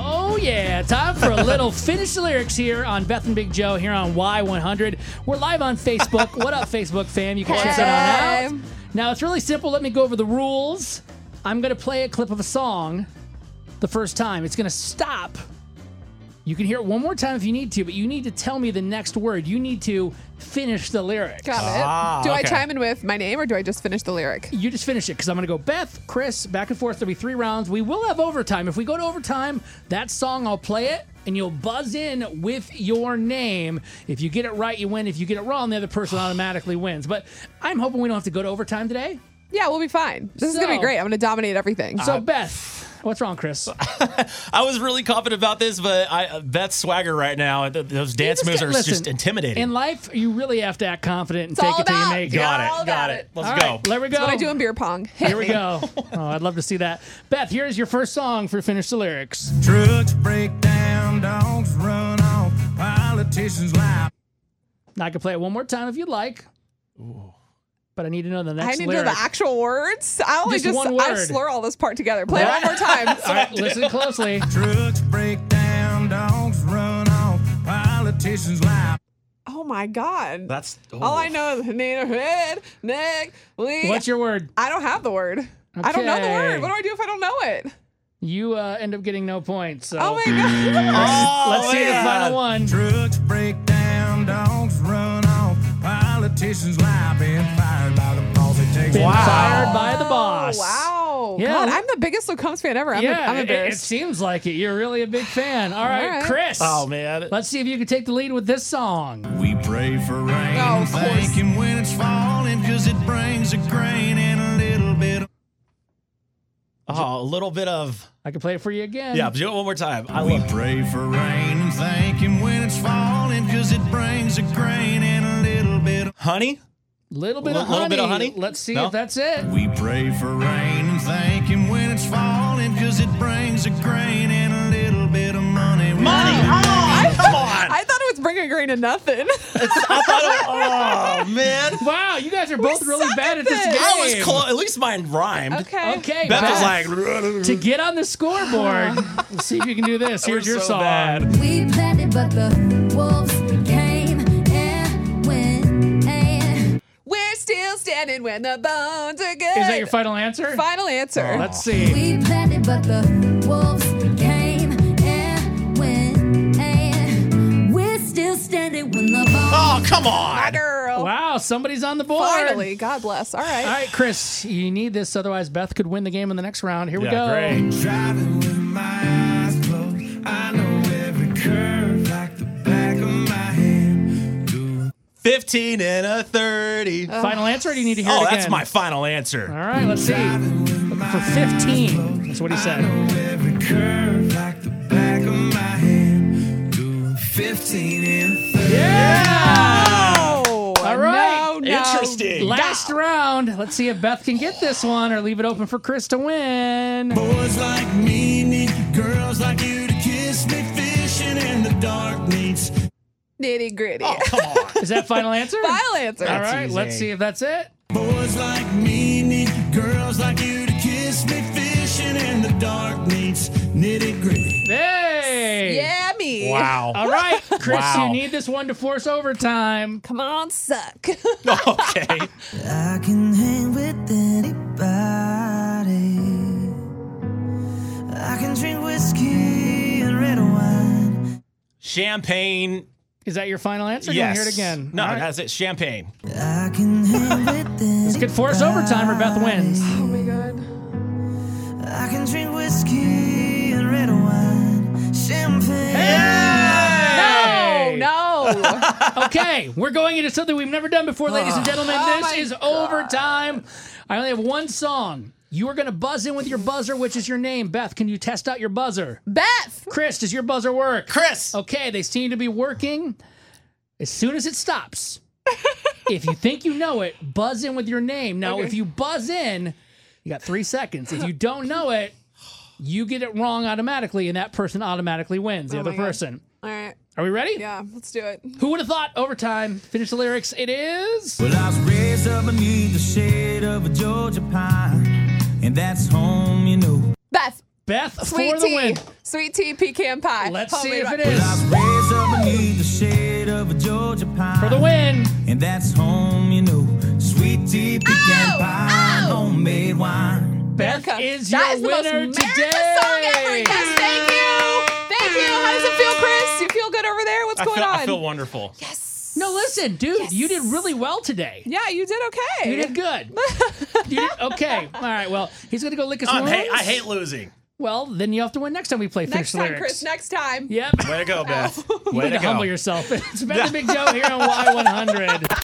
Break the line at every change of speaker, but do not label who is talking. Oh, yeah. Time for a little finish the lyrics here on Beth and Big Joe here on Y100. We're live on Facebook. what up, Facebook fam? You can check that on out. Now, it's really simple. Let me go over the rules. I'm going to play a clip of a song the first time. It's going to stop. You can hear it one more time if you need to, but you need to tell me the next word. You need to finish the lyric.
Got it.
Ah,
do I
okay.
chime in with my name or do I just finish the lyric?
You just finish it because I'm going to go Beth, Chris, back and forth. There'll be three rounds. We will have overtime. If we go to overtime, that song, I'll play it and you'll buzz in with your name. If you get it right, you win. If you get it wrong, the other person automatically wins. But I'm hoping we don't have to go to overtime today.
Yeah, we'll be fine. This is gonna
So-
be great. I'm gonna dominate everything.
So, Beth, what's wrong, Chris?
I was really confident about this, but I, Beth's swagger right now, th- those dance moves are
Listen,
just intimidating.
In life, you really have to act confident and
It's
take
all
it till you
about-
make it.
got
Yeah, all
it. Got
about
it.
it.
Let's
All
go.
right, there we go.
what I do in beer pong. Hit
Here we
me.
go. Oh, I'd love to see that. Beth, here's your first song for Finish the Lyrics.
Trucks break down, dogs run off, politicians lie.
Now, I can play it one more time if you'd like. But I need to know the
I
next
need
lyric.
to know the actual words. I only
Just
just,
one
I
word.
slur all this part together. Play it one more time.
All right, listen closely.
Trucks break down, dogs run off, politicians lie.
Oh my god.
That's oh,
all I know is Nina head, neck, lee.
What's your word?
I don't have the word. I don't know the
Okay.
word. What do I do if I don't know it?
You uh, end up getting no points. So
Oh my god.
Oh,
let's see the
man.
final one.
Trucks break down, dogs run off, politicians lie. Being fired by the boss, it takes
Been
Wow.
fired by the boss.
Oh, Wow.
Yeah.
God, I'm the biggest Luke Combs fan ever. I'm,
Yeah,
I'm
it- it, it
embarrassed.
seems like it. You're really a big fan. All right,
right.
Chris.
Oh, man.
Let's see if you can take the lead with this song.
We pray for rain,
Oh, of
thank
course.
him when it's falling, cause it brings a grain and a little bit of
Oh, a little bit of.
I can play it for you again.
Yeah, do it one more time. I
We
love it.
pray for rain and thank him when it's falling, cause it brings a grain and a little bit of
Honey?
Little bit
Li-
of honey.
little bit of honey?
Let's see
No?
if that's it.
We pray for rain and thank him when it's falling, cause it brings a grain and a little bit of money.
Money! Oh, come on!
I thought it was bring a grain of nothing.
I thought it was, oh, man.
Wow, you guys are both really
suck
bad at
at
this game.
this.
I was close. At least mine rhymed.
okay.
Okay,
Beth
Beth,
was like,
to get on the scoreboard. let's see if you can do this.
we're
Here's your
so
song.
bad.
We planted, but the wolves came and went. And
We're still standing when the bones are good.
Is that your final answer?
final answer?
Oh,
Let's see.
we planted, but the wolves came and went. And we're still standing when the ball.
Oh, come
My
on.
girl.
Wow, somebody's on the board.
Finally. God bless. All right.
All right, Chris, you need this, otherwise Beth could win the game in the next round. Here we go.
Yeah, great.
Driving with my eyes closed, I know every curve like the back of my hand. Do
15 and a 30.
Final answer, or do you need to hear
oh,
it again?
that's my final answer.
All right, let's see. For 15. That's what he said.
every curve like the back of my hand. Do 15 and
Yeah!
Oh,
All right.
No, no.
Interesting.
Last round. Let's see if Beth can get this one or leave it open for Chris to win.
Boys like me need girls like you to kiss me. Fishing in the dark needs.
Nitty gritty.
Oh,
Come on.
Is that final answer?
Final answer.
All right, let's see if that's it.
Boys like me need girls like you to kiss me. Fishing in the dark needs nitty gritty.
Hey!
Yeah, me.
Wow.
All right, Chris,
Wow.
you need this one to force overtime.
Come on, suck.
okay.
I can hang with anybody. I can drink whiskey and red wine.
Champagne.
Is that your final answer? Do you
Yes.
want to hear it again?
No,
All right.
that's it. Champagne.
I can hang with
This could force overtime or Beth wins.
oh my god.
I can drink whiskey and red wine. Champagne.
Hey!
No, Oh, no.
Okay, we're going into something we've never done before, ladies and gentlemen. this
Oh, my
is overtime. I only have one song. You are going to buzz in with your buzzer, which is your name. Beth, can you test out your buzzer?
Beth.
Chris, does your buzzer work?
Chris.
Okay, they seem to be working. As soon as it stops, if you think you know it, buzz in with your name. Now, if you buzz in, you got three seconds. If you don't know it, you get it wrong automatically, and that person automatically wins. The other
Oh my God.
person.
All right.
Are we ready?
Yeah, let's do it.
Who would have thought? Overtime. Finish the lyrics. It is.
Well, I was raised up beneath the shade of a Georgia pine, and that's home, you know.
Beth.
Beth
Sweet
for the
tea.
win.
Sweet tea pecan pie.
Let's
Homemade
see if
pie.
it is
Raised up beneath the shade of a Georgia pine.
for the win.
And that's home, you know. Sweet tea, pecan
Ow!
pie,
Ow!
homemade wine.
Beth
America.
is your
That is the most
winner
America
today.
song ever. Yes, thank you. Thank you. How does it feel, Chris? You feel good over there? What's
I
going
feel,
on?
I feel wonderful.
No, listen, dude, you did really well today.
yeah, you did okay.
You did good. You did- okay. All right. Well, he's gonna go lick his
I'm
wounds.
hate, Oh, I hate losing.
Well, then you have to win next time we play
Next
Finish
time,
Lyrics.
Chris. Next time.
Yep.
Way to go, Beth. Way
Way to humble yourself. It's Beth and Big Joe here on Y100.